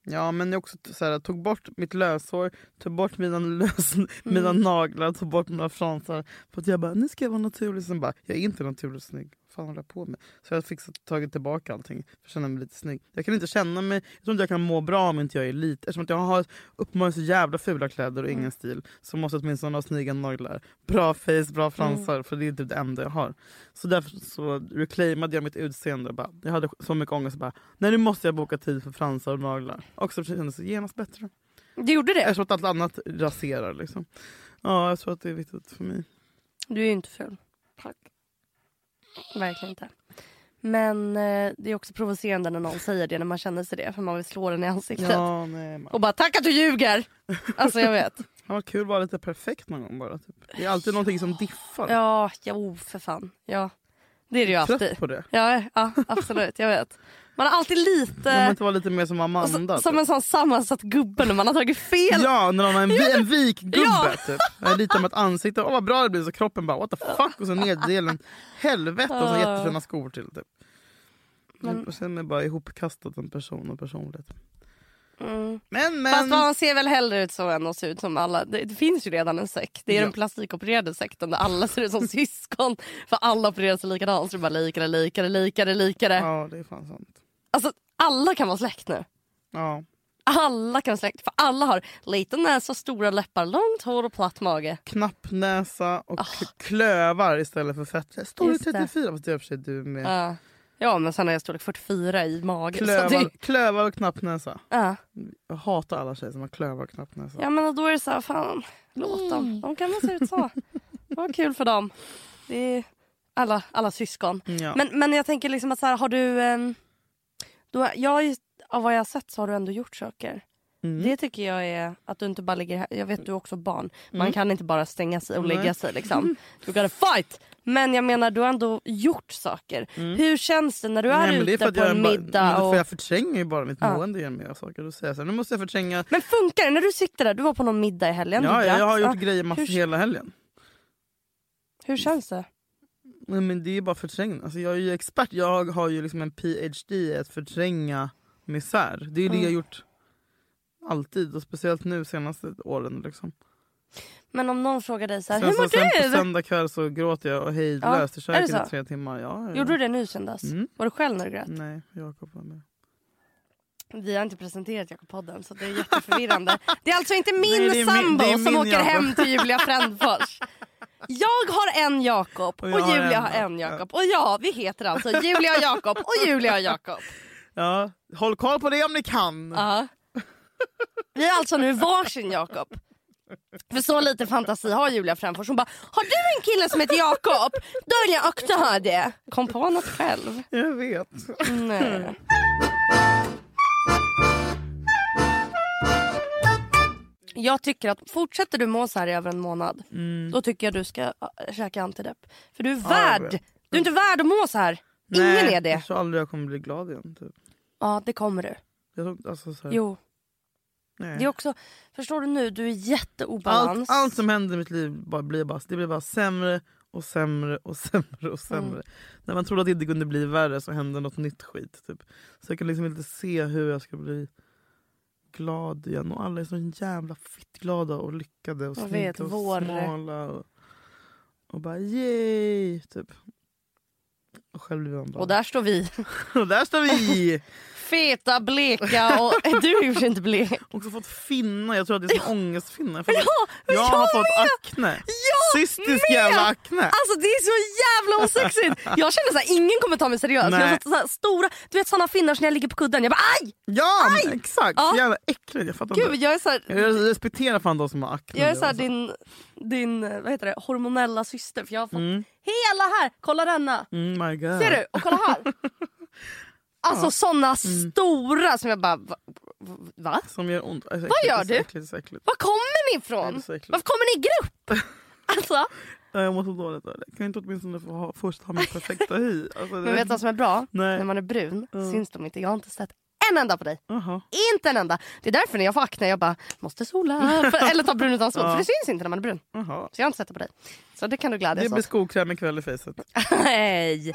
Ja men det är också så här, tog bort mitt löshår, tog bort mina, lös, Mm. mina naglar, tog bort mina fransar. För att jag bara, nu ska jag vara naturlig. Sen bara, jag är inte naturligt snygg. Fan håller jag på med? Så jag har fixat, tagit tillbaka allting för att känna mig lite snygg. Jag kan inte känna mig, jag tror inte jag kan må bra om inte jag är lite. Eftersom att jag har uppenbarligen så jävla fula kläder och ingen stil så måste jag åtminstone ha snygga naglar. Bra face, bra fransar. För det är typ det enda jag har. Så därför så reclaimade jag mitt utseende. Och bara, jag hade så mycket ångest. Och bara, Nej, nu måste jag boka tid för fransar och naglar. Och så kändes det genast bättre. Du gjorde Jag det? tror att allt annat raserar. Liksom. Ja, jag tror att det är viktigt för mig. Du är ju inte ful. Tack. Verkligen inte. Men eh, det är också provocerande när någon säger det när man känner sig det. För man vill slå den i ansiktet. Ja, nej, man. Och bara tack att du ljuger! Alltså jag vet. Ja, vad kul att vara lite perfekt någon gång bara. Typ. Det är alltid någonting som diffar. Ja, ja oh, för fan. Ja. Det är det ju alltid. Trött på det. Ja, ja, absolut. Jag vet. Man har alltid Man vill lite... inte vara lite mer som Och Amanda. så, som typ. en sån sammansatt gubbe när man har tagit fel. Ja, när de har en, vi, en vikgubbe. Ja. Typ. Jag litar mot ansiktet. Åh, vad bra det blir. Så kroppen bara what the fuck. Och så neddelen. Helvete. Och så jättefina skor till. Typ. Men- Men... Jag känner mig bara ihopkastad som person och personlighet. Mm. Men Fast men. man ser väl hellre ut så än att se ut som alla. Det, det finns ju redan en sekt. Det är Ja. den plastikopererade sekten där alla ser ut som syskon. För alla opererar sig likadant. Så det är bara likare, likare, likare, likare. Ja det är fan sant. Alltså alla kan vara släkt nu. Ja. Alla kan vara släkt. För alla har liten näsa, stora läppar, långt hår och platt mage. Knappnäsa och klövar istället för fett. Står du Ah. Just det. 34? Fast det gör för sig du med. Ja. ja men sen har jag storlek 44 i magen. Så Klövar, det, klövar och knappnäsa. ja. Jag hatar alla tjejer som har klövar och knappnäsa. ja men då är det så här, fan låt Mm. dem. De kan väl se ut så. Vad kul för dem. Det är alla, alla syskon. Ja. Men, men jag tänker liksom att så här, har du... ehm, du har, jag, har ju- av vad jag har sett så har du ändå gjort saker. Mm. Det tycker jag är att du inte bara ligger här. Jag vet du är också barn. Man Mm. kan inte bara stänga sig och Nej. lägga sig liksom. Du gotta fight! Men jag menar du har ändå gjort saker. Hur känns det när du är Mm. Nej, men det är för ute att på jag en bara- men middag? det Och, får Jag förtränger ju bara mitt Ja. mående genom att göra saker. Då säger jag så här, nu måste jag förtränga. Men funkar det när du sitter där? Du var på någon middag i helgen. Ja, du jag drack. har gjort Ja. grejer massor Ah, Hur- hela helgen. Hur känns det? Nej, men det är ju bara förträngning. Alltså, jag är ju expert. Jag har ju liksom en PhD i att förtränga Mm. misär. Det är ju det jag gjort alltid och speciellt nu senaste åren. Liksom. Men om någon frågar dig så här, Sen, hur så, mår sen du? på söndag kväll så gråter jag och hejdlöst i Ja, är det köket i så? tre timmar. Ja, ja. Gjorde du det nu i söndags? Mm. Var du själv när du grät? Nej, Jakob var med. Vi har inte presenterat Jakob-podden så det är jätteförvirrande. Det är alltså inte min Nej, det är min- sambo det är som min åker Jakob. hem till Julia Frändfors. Jag har en Jakob och, Och jag har Julia en har en Jakob. Jakob. Och ja, vi heter alltså Julia och Jakob och Julia och Jakob. Ja, håll koll på det om ni kan. Ja. Vi är alltså nu varsin Jakob. För så lite fantasi har Julia Frändfors. Hon bara, har du en kille som heter Jakob? Då vill jag också ha det. Kom på något själv. Jag vet. Mm. Nej. Jag tycker att fortsätter du må så här i över en månad Mm. då tycker jag du ska äh, käka antidepp. För du är jag värd. vet. Du är inte värd att må så här. Ingen Nej, är det. Jag tror aldrig jag kommer bli glad igen. Typ. Ja, det kommer du. Jag tror, alltså, så här, Jo. Mm. nej. Det är också, förstår du nu, du är jätteobalans. allt, allt som händer i mitt liv bara, blir, bara, det blir bara sämre och sämre och sämre och sämre. Mm. När man trodde att det inte kunde bli värre så hände något nytt skit. Typ. Så jag kan liksom inte se hur jag ska bli glad igen. Och alla är så jävla fittglada och lyckade och Jag snygga vet, och vår- smala. Och, och bara yay! Typ. Och själv blir man bara... Och där står vi. och där står vi! Feta, bleka och... Du är ju för sig inte blek. också fått finna. Jag tror att det är som ångestfinna. Jag, jag har jag fått akne. Cystisk jävla akne. Alltså det är så jävla osexigt. Jag känner så här, ingen kommer ta mig seriöst. Nej. Jag har så här, stora, du vet såna finnar som när jag ligger på kudden. Jag bara aj! Ja, men exakt. Ja. Så jävla äckligt. Jag fattar Gud inte. jag är så här, Jag respekterar fan de som har akne. alltså. jag är så här, din, din eh, vad heter det, hormonella syster. För jag har fått Mm. hela här, kolla denna. Mm, my God. Ser du? Och kolla här. Alltså Mm. såna stora som jag bara va? va? Som gör ont. Alltså, Vad gör äckligt, du? Så äckligt, så äckligt. Var kommer ni Ja, det är ifrån? så äckligt. Varför kommer ni i grupp? Alltså, Ja, Jag mår så dåligt av det. Kan jag inte åtminstone få ha, först ha min perfekta hy? Alltså, det- men vet du vad som är bra? Nej. När man är brun Mm. syns de inte. Jag har inte sett en enda på dig. Jaha. Inte en enda. Det är därför när jag får akne jag bara måste sola. För, eller ta brun utan sol. Ja. För det syns inte när man är brun. Jaha. Så jag har inte sett det på dig. Så det kan du Det glädjas blir åt. skokräm ikväll i fejset. Hej!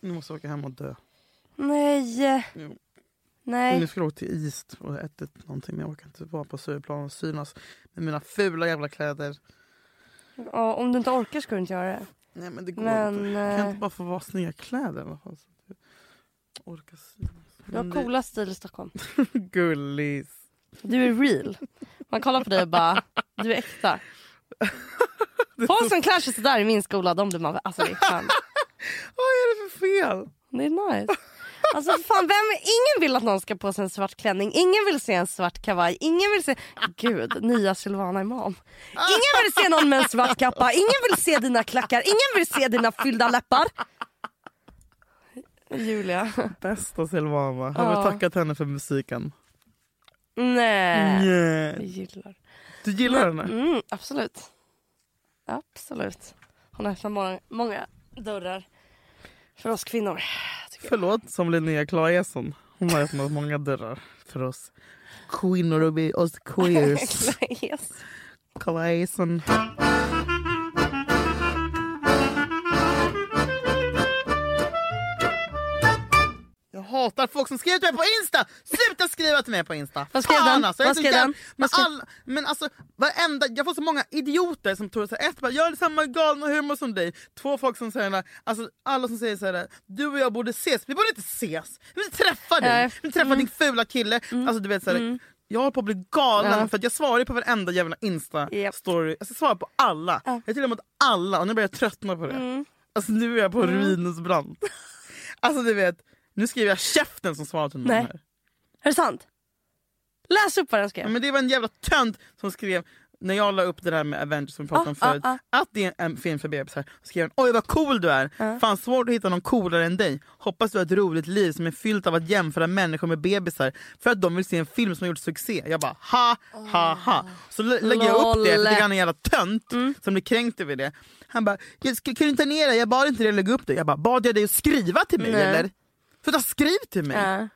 Nu måste jag åka hem och dö. Nej. Jo. Mm. Nu Nej. skulle jag åka till East och ätit någonting men jag orkar inte vara på Stureplan och synas med mina fula jävla kläder. Ja, om du inte orkar ska du inte göra det. Nej men det går inte. Men Jag kan inte eh, bara få vara snygga kläder i alla fall. Så att jag orkar synas. du har Men det- coola stil i Stockholm. Gullis. Du är real. Man kollar på dig och bara du är äkta. Folk som klär sig sådär i min skola de blir man alltså det är fan. Vad är det för fel? Det är nice. Alltså för fan, vem, ingen vill att någon ska på sig en svart klänning, ingen vill se en svart kavaj, ingen vill se... Gud, nya Silvana Imam. Ingen vill se någon med en svart kappa, ingen vill se dina klackar, ingen vill se dina fyllda läppar. Julia. Bästa Silvana. Har Ja. vi tackat henne för musiken? Nej. Jag Nej. gillar. Du gillar henne? Mm, absolut. Absolut. Hon har öppnat många, många dörrar för oss kvinnor. Förlåt, som Linnea Claesson. Hon har öppnat många dörrar för oss kvinnor och vi- oss queers. yes. Claesson. Jag hatar folk som skriver till mig på Insta! Sluta skriva till mig på Insta! Vad skrev Fan, den? Alltså, jag är Vad så skrev jävla- den? Men, Vad skrev- all, men alltså, varenda, jag får så många idioter som tror så här, ett bara, jag har samma galna humor som dig. Två folk som säger, alltså, alla som säger så här, du och jag borde ses. Vi borde inte ses! Vi vill inte träffa dig! Nej. Mm. Vi vill träffa din fula kille! Alltså, du vet, så här, Jag håller på att bli galen Ja. för att jag svarar ju på varenda jävla Insta Japp. story. Jag ska svara på alla. Ja. Mm. Jag till och med åt alla och nu börjar jag tröttna på det. Alltså nu är jag på ruinens brant. Alltså du vet, nu skriver jag käften som svarar till någon Nej. här. Är det sant? Läs upp vad den Ja, skrev. men det var en jävla tönt som skrev när jag la upp det där med Avengers som vi pratade Ah, om förut. ah, Att det är en film för bebisar. Så skrev han oj vad cool du är. Fan svårt att hitta någon coolare än dig. Hoppas du har ett roligt liv som är fyllt av att jämföra människor med bebisar för att de vill se en film som har gjort succé. Jag bara ha ha ha. Så lä- lägger jag upp det för Lol. Mm. det han är en jävla tönt som blir kränkt över det. Han bara "Jag sk- kan du inte ta ner det? Jag bad inte dig att lägga upp det. Jag bara bad jag dig att skriva till mig Nej. eller? Sluta skriv till mig. Ja.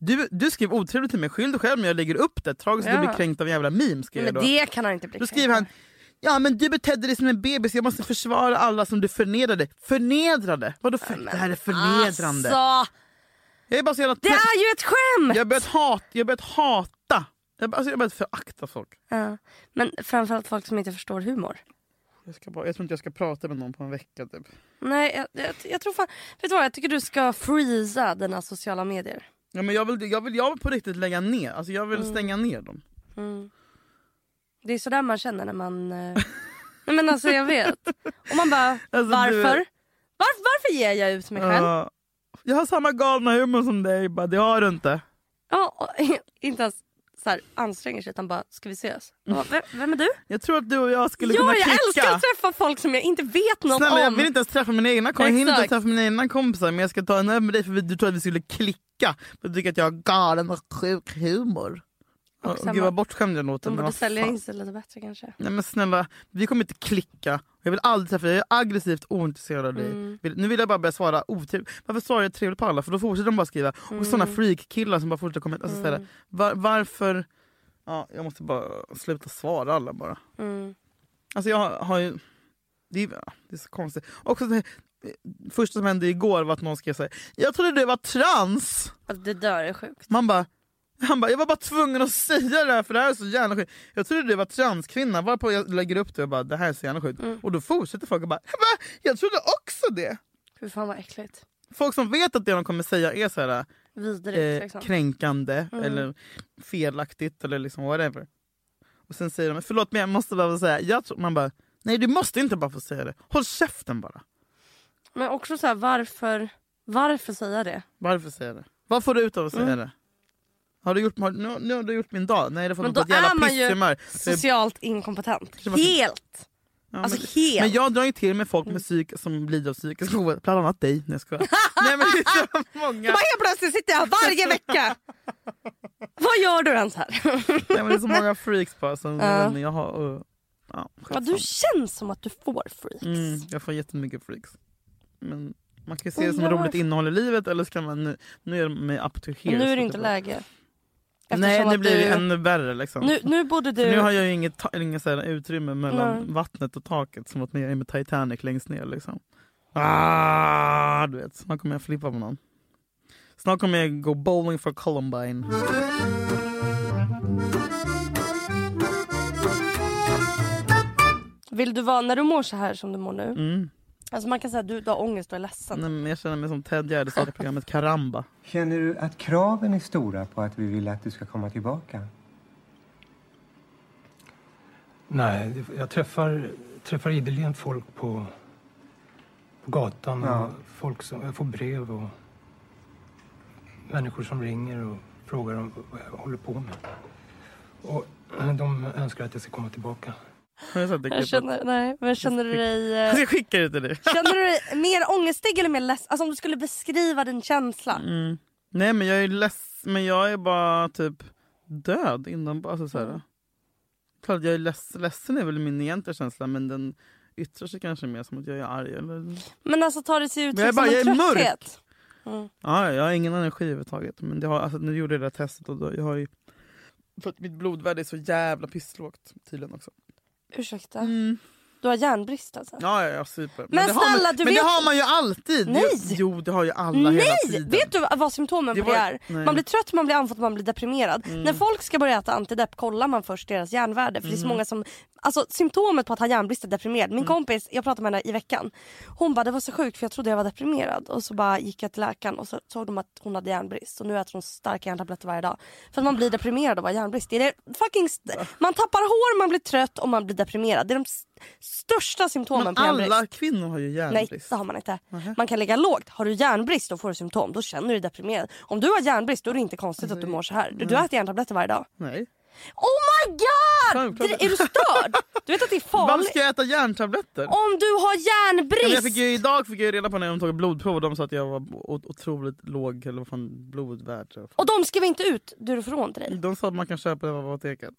Du, du skrev otrevligt till mig, skyll dig själv men jag lägger upp det. Tragiskt att Ja. du blir kränkt av en jävla meme skrev Men jag då. det kan han inte bli. Då skriver han Ja men du betedde dig som en bebis, jag måste försvara alla som du förnedrade. Förnedrade? Vadå för, det här är förnedrande. Alltså, Jag är bara så jävla Det trött. är ju ett skämt! Jag har börjat hat, jag har börjat hata. Jag, alltså jag har börjat förakta folk. Ja. Men framförallt folk som inte förstår humor. Jag, ska bara, jag tror inte jag ska prata med någon på en vecka. Typ. Nej, jag, jag, jag tror fan... Vet du vad? Jag tycker du ska freeza dina sociala medier. Ja, men jag, vill, jag, vill, jag vill på riktigt lägga ner. Alltså jag vill stänga ner dem. Mm. Det är sådär man känner när man... eh, Nej men alltså jag vet. Och man bara, Alltså, du- varför? Varför, varför ger jag ut mig själv? Ja. jag har samma galna humor som dig. Bara, det har du inte. Ja, och, inte ens så här, anstränger sig utan bara, ska vi ses? Jag Bara, vem, vem är du? Jag tror att du och jag skulle kunna Ja, jag kicka. älskar att träffa folk som jag inte vet något Snälla, jag om. vill inte ens träffa mina egna kompisar. Jag hinner inte ens Exakt. träffa mina egna kompisar men jag ska ta en öl med dig för vi- du tror att vi skulle klicka. För du tycker att jag har galen och sjuk humor. Och Och samma- Gud vad bortskämd jag De låter. men borde vad sälja fan. in sig lite bättre kanske. Nej men snälla, vi kommer inte klicka. Jag vill aldrig träffa dig. Jag är aggressivt ointresserad av dig. Mm. Vill- Nu vill jag bara börja svara otrevligt. Varför svarar jag trevligt på alla? För då fortsätter de bara skriva. Och såna Mm. freak-killar som bara fortsätter komma hit. Alltså, såhär, var, varför... Ja, jag måste bara sluta svara alla bara. Mm. Alltså jag har ju... Det är, ja, det är så konstigt. Också det det första som hände igår var att någon skrev såhär “Jag trodde du var trans!” Alltså, det där är sjukt. Man bara, han bara “Jag var bara tvungen att säga det här för det här är så jävla sjukt. Jag trodde du var transkvinna” varpå jag lägger upp det och bara “Det här är så jävla sjukt”. Mm. Och då fortsätter folk och bara “Va? Jag trodde också det!” Fy fan vad äckligt. Folk som vet att det de kommer säga är så här, Vidrigt eh, liksom. kränkande eller felaktigt eller liksom whatever. Och sen säger de “Förlåt men jag måste bara få säga”. Jag tror, man bara “Nej du måste inte bara få säga det. Håll käften bara.” Men också så här, varför, varför säga Eh, det? Varför säger jag det? Vad får du ut av att säga Mm. det? Har du gjort, har, nu, nu har du gjort min dag. Nej, det får Men du på då ett är jävla man ju pisshumör. Det- Socialt inkompetent. man- Helt! Ja, men, Alltså helt. Mm. men jag drar ju till med folk med psyk, som lider av psykisk ohälsa. Bland annat dig. Nej, jag skojar. Nej, men det är så många, Bara helt plötsligt sitter jag varje vecka. Vad gör du ens här? nej, men det är så många freaks bara som Ja. jag har. Och, ja, Ja, skitsamma. du känns som att du får freaks. mm, jag får jättemycket freaks. Men man kan ju se det som Undrar roligt varför. innehåll i livet eller ska man nu, nu är de mig up to here. Men nu så är det typ inte att- läge. Nej Eftersom nu att blir det du- ännu värre liksom. Nu, nu borde För du... Nu har jag ju inget, ta- inget så här utrymme mellan Nej. vattnet och taket som att jag är med Titanic längst ner. Liksom. Ah, du vet, snart kommer jag flippa på någon. Snart kommer jag gå bowling för Columbine. Vill du vara, när du mår så här som du mår nu. Mm. Alltså man kan säga att du, du har ångest och är ledsen. Nej, men jag känner mig som Ted Gärdestad i programmet Karamba. Känner du att kraven är stora på att vi vill att du ska komma tillbaka? Nej, det- jag träffar, träffar ideligen folk på, på gatan. Ja. Och folk som, jag får brev och människor som ringer och frågar om vad jag håller på med. Och eh, de önskar att jag ska komma tillbaka. Har jag sett det Jag klippet? Alltså, känner, nej, men känner du dig... eh, Jag ska skicka det till dig. Känner du dig mer ångestig eller mer ledsen? Alltså om du skulle beskriva din känsla. Nej men jag är less, men jag är bara typ död innan. Alltså, så här. Klart jag är less, ledsen är väl min egentliga känsla men den yttrar sig kanske mer som att jag är arg. Eller... Men alltså tar det sig Men uttryck jag bara- som en jag är mörk. trötthet? Ja, jag har ingen energi överhuvudtaget. Men det har, alltså, nu gjorde jag det där testet och då, jag har ju... För att mitt blodvärde är så jävla pisslågt tydligen också. Ursäkta? Du har järnbrist alltså? Ja, ja, jag super. Mm. Men det har man- snälla, du men vet- det har man ju alltid! Nej! Det- Jo, det har ju alla hela Nej! tiden. Vet du vad symptomen Det på det var- är? nej. Man blir trött, man blir andfådd, man blir deprimerad. Mm. När folk ska börja äta antidepp kollar man först deras järnvärde. För det är så Mm. många som... Alltså symptomet på att ha järnbrist är deprimerad. Min kompis, jag pratade med henne i veckan. Hon bara det var så sjukt för jag trodde jag var deprimerad. Och så bara gick jag till läkaren och så såg de att hon hade järnbrist. Och nu äter hon starka järntabletter varje dag. För att man blir deprimerad av att ha järnbrist. Det är det fucking st- man tappar hår, man blir trött och man blir deprimerad. Det är de s- största symptomen Men på järnbrist. alla kvinnor har ju Nej, järnbrist. det har man inte. Man kan ligga lågt. Har du järnbrist då får du symptom. Då känner du dig deprimerad. Om du har järnbrist då är det inte konstigt att du mår så här. Du, du äter järntabletter varje dag. Nej. Oh my god! Självklart. Det, är du störd? Du vet att det är Varför farligt. ska jag äta järntabletter? Om du har Ja, men järnbrist! jag fick ju, idag fick jag ju reda på när de tog blodprov och de sa att jag var o- otroligt låg eller vad fan blodvärde. Och de skriver inte ut Duroferon till dig. De sa att man kan köpa det på apoteket.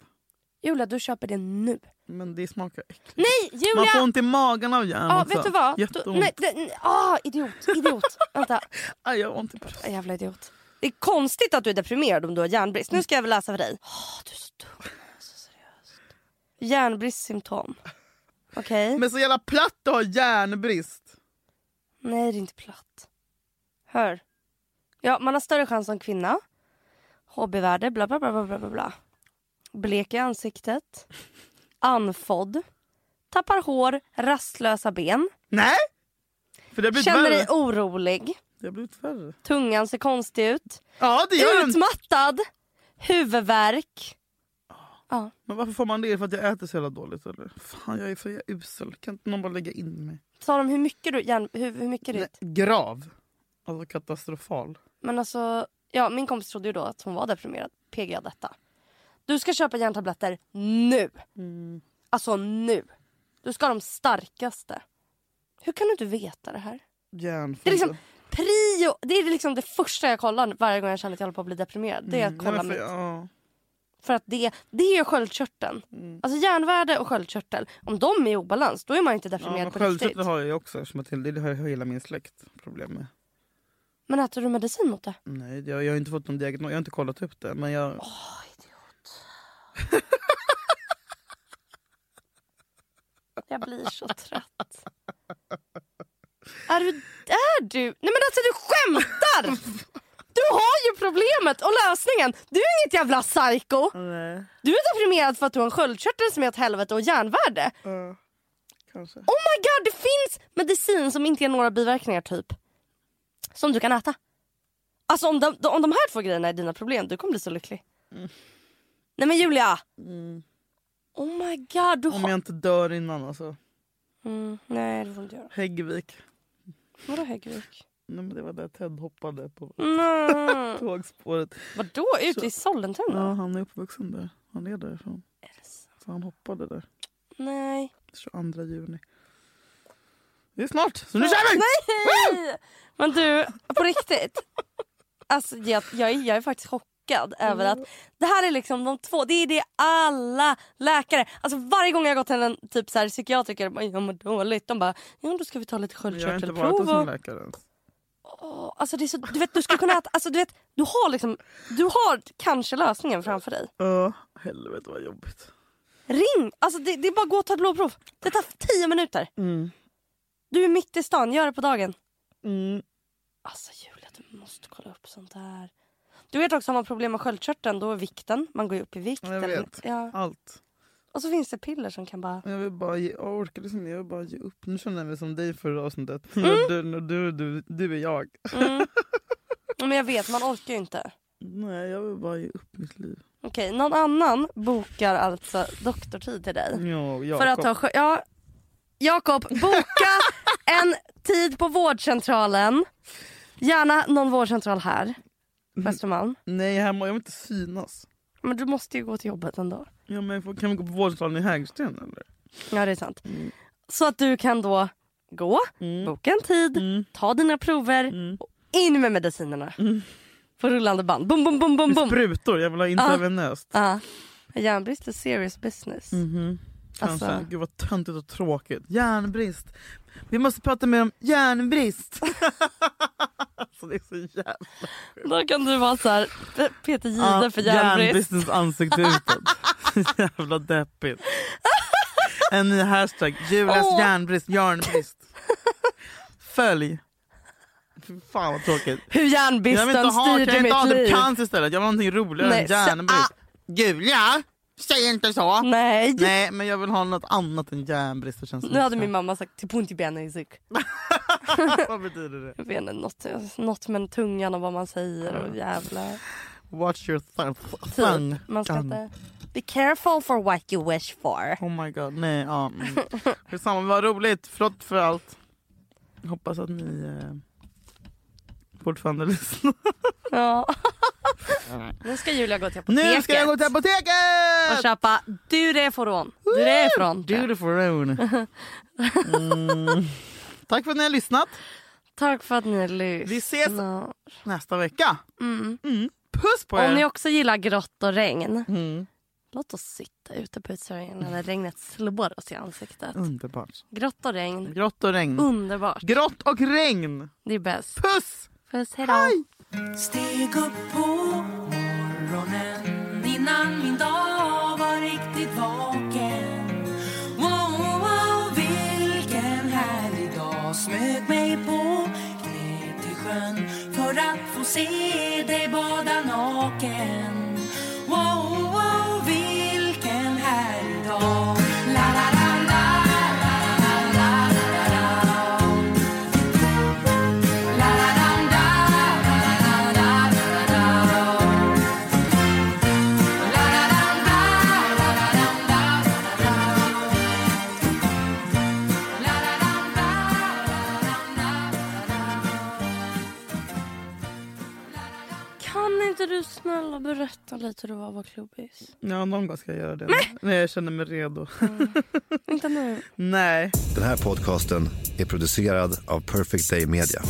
Julia, du köper det nu. Men det smakar äckligt. Nej, Man får Julia! ont i magen av järn Ja, också. vet du vad? Jätteont. Du, nej, det, nej, ah, idiot, idiot. Vänta, Aj, jag har ont i bröstet. jävla idiot. Det är konstigt att du är deprimerad om du har järnbrist. Nu ska jag väl läsa för dig. Ah, Mm. du är så dum. Alltså, seriöst. Järnbristsymptom. Okej. Men så jävla platt att ha järnbrist. Nej, det är inte platt. Hör. Ja, man har större chans som kvinna. Hobbyvärde, bla bla bla bla bla bla, bla. Blek i ansiktet. Anfodd. Tappar hår, rastlösa ben. Nej! För det har blivit Känner dig värre. orolig. Det har blivit värre. Tungan ser konstig ut. Ja det gör den! Utmattad. Huvudvärk. Ja. Men varför får man det? För att jag äter så jävla dåligt eller? Fan jag är för jag är usel. Kan inte någon bara lägga in mig? Sa de hur mycket du... Hjärn, hur, hur mycket du... Nej, grav. Alltså katastrofal. Men alltså, ja, min kompis trodde ju då att hon var deprimerad. PGA detta. Du ska köpa järntabletter nu. Mm. Alltså nu. Du ska ha de starkaste. Hur kan du inte veta det här? Järnfoder. Det är liksom prio. Det är liksom det första jag kollar varje gång jag känner att jag håller på att bli deprimerad. Det är att Mm. Nej, kolla men mitt. för, ja. För att det, det är ju sköldkörteln. Mm. Alltså järnvärde och sköldkörtel. Om de är i obalans då är man inte Ja, deprimerad men på riktigt. sköldkörtel har jag ju också eftersom att det det har hela min släkt problem med. Men äter du medicin mot det? Nej, det- jag, jag har inte fått någon diagnos. Jag har inte kollat upp det. Men jag... Jag blir så trött. Är du... Är du... Nej men alltså du skämtar! Du har ju problemet och lösningen. Du är inget jävla psycho. Nej. Du är deprimerad för att du har en sköldkörtel som är åt helvete och järnvärde. Ja, kanske. Oh my god, det finns medicin som inte ger några biverkningar typ. Som du kan äta. Alltså om de, om de här två grejerna är dina problem, du kommer bli så lycklig. Nej men Julia! Oh my god, du Mm. Om jag har... inte dör innan alltså. Mm, nej det får du inte göra. Häggvik. Vadå Häggvik? Nej, men det var där Ted hoppade på Mm. tågspåret. Vadå? Ute i Sollentuna? Ja, han är uppvuxen där. Han är därifrån. Är det så? Så han hoppade där. Nej. 22 juni. Det är snart, så nu kör vi! Nej! Men du, på riktigt. Alltså, jag, jag, är- jag är faktiskt chockad över Mm. att det här är liksom de två, det är det alla läkare, alltså varje gång jag har gått till en typ så här, psykiatriker och bara jag mår dåligt, de bara ja då ska vi ta lite Jag har inte varit sköldkörtelprov. hos någon och- läkare ens. Åh, Alltså det är så, du vet du skulle kunna äta, alltså du vet du har liksom, du har kanske lösningen framför dig. Ja, helvete vad jobbigt. Ring! Alltså det, det är bara att gå och ta ett blodprov. Det tar tio minuter. Mm. Du är mitt i stan, gör det på dagen. Mm. Alltså Julia, du måste kolla upp sånt där. Du vet också, har man problem med sköldkörteln, då är vikten. Man går ju upp i vikt. Jag eller- vet. Ja. Allt. Och så finns det piller som kan bara... Jag vill bara ge, jag orkar liksom, jag vill bara ge upp. Nu känner jag mig som dig förra avsnittet. När Du, när du, du, du är jag. Mm. Men jag vet, man orkar ju inte. Nej, jag vill bara ge upp mitt liv. Okej, någon annan bokar alltså doktortid till dig. Ja, Mm, Jakob. För att ta skö- ja. Jakob, boka en tid på vårdcentralen. Gärna någon vårdcentral Mm. här. på Östermalm. Nej, hemma, jag vill inte synas. Men du måste ju gå till jobbet ändå. Ja, men får- kan vi gå på vårdcentralen i Hägersten eller? Ja, det är sant. Mm. Så att du kan då gå, boka en tid, Mm, ta dina prover och in med medicinerna. På rullande band. Bum, bum, bum, bum, Med bum. sprutor, jag vill ha intravenöst. Ja. Järnbrist är serious business. Mm, Mm-hmm. Kanske. Alltså. Gud vad töntigt och tråkigt. Järnbrist. Vi måste prata mer om järnbrist. alltså det är så jävla... Då kan du vara så här, Peter Jihde för järnbrist. järnbristens ansikte utåt. jävla deppigt. En ny hashtag. Julias Åh. järnbrist, järnbrist. Följ. Fy Fan vad tråkigt. Hur Jag vill inte järnbristen ha, kan styrde jag inte mitt ha liv. typ cancer istället? Jag vill ha någonting roligare Nej, än så- ah. järnbrist. Julia! Säg inte så! Nej. Nej men jag vill ha något annat än järnbrist. Det känns Nu hade min mamma sagt till punti benen i zik. Vad betyder det? Benen, något, något med tungan och vad man säger och jävla... Watch your thumb. thumb. Typ. Man ska inte... Be careful for what you wish for. Oh my god, nej. Ja. mm. Skitsamma, vad roligt. Förlåt för allt. Hoppas att ni eh, fortfarande lyssnar. Ja. Nu ska Julia gå till apoteket. Nu ska jag gå till Och apoteket! köpa Dureforon. Dureforon. Dureforon. Mm. Tack för att ni har lyssnat. Tack för att ni lyssnade. Vi ses. Nästa vecka. Mm. Puss på Om ni er! också gillar grått och regn. Mm. Låt oss sitta ute på uteserveringen när regnet slår oss i ansiktet. Mm. Underbart. Grått och regn. Grått och Mm. regn. Underbart. Grått och regn. Det är bäst. Puss! Puss, hejdå. Steg upp på morgonen innan min dag var riktigt vaken wow, wow, Vilken härlig dag smög mig på knä till sjön för för att få se dig bada naken Wow, wow, vilken härlig dag La, la, la, la, la, la, la, la, la, la. La, la, la, la, la, la, la, la, la, la. La, la, la, la, la, la, la, la, la, la. La, la, la, la, la, la, la, la, la. Kan inte du snälla berätta lite hur det var att vara klubbis? Ja, någon gång ska jag göra det. När jag känner mig redo. Inte nu. Nej. Den här podcasten är producerad av Perfect Day Media.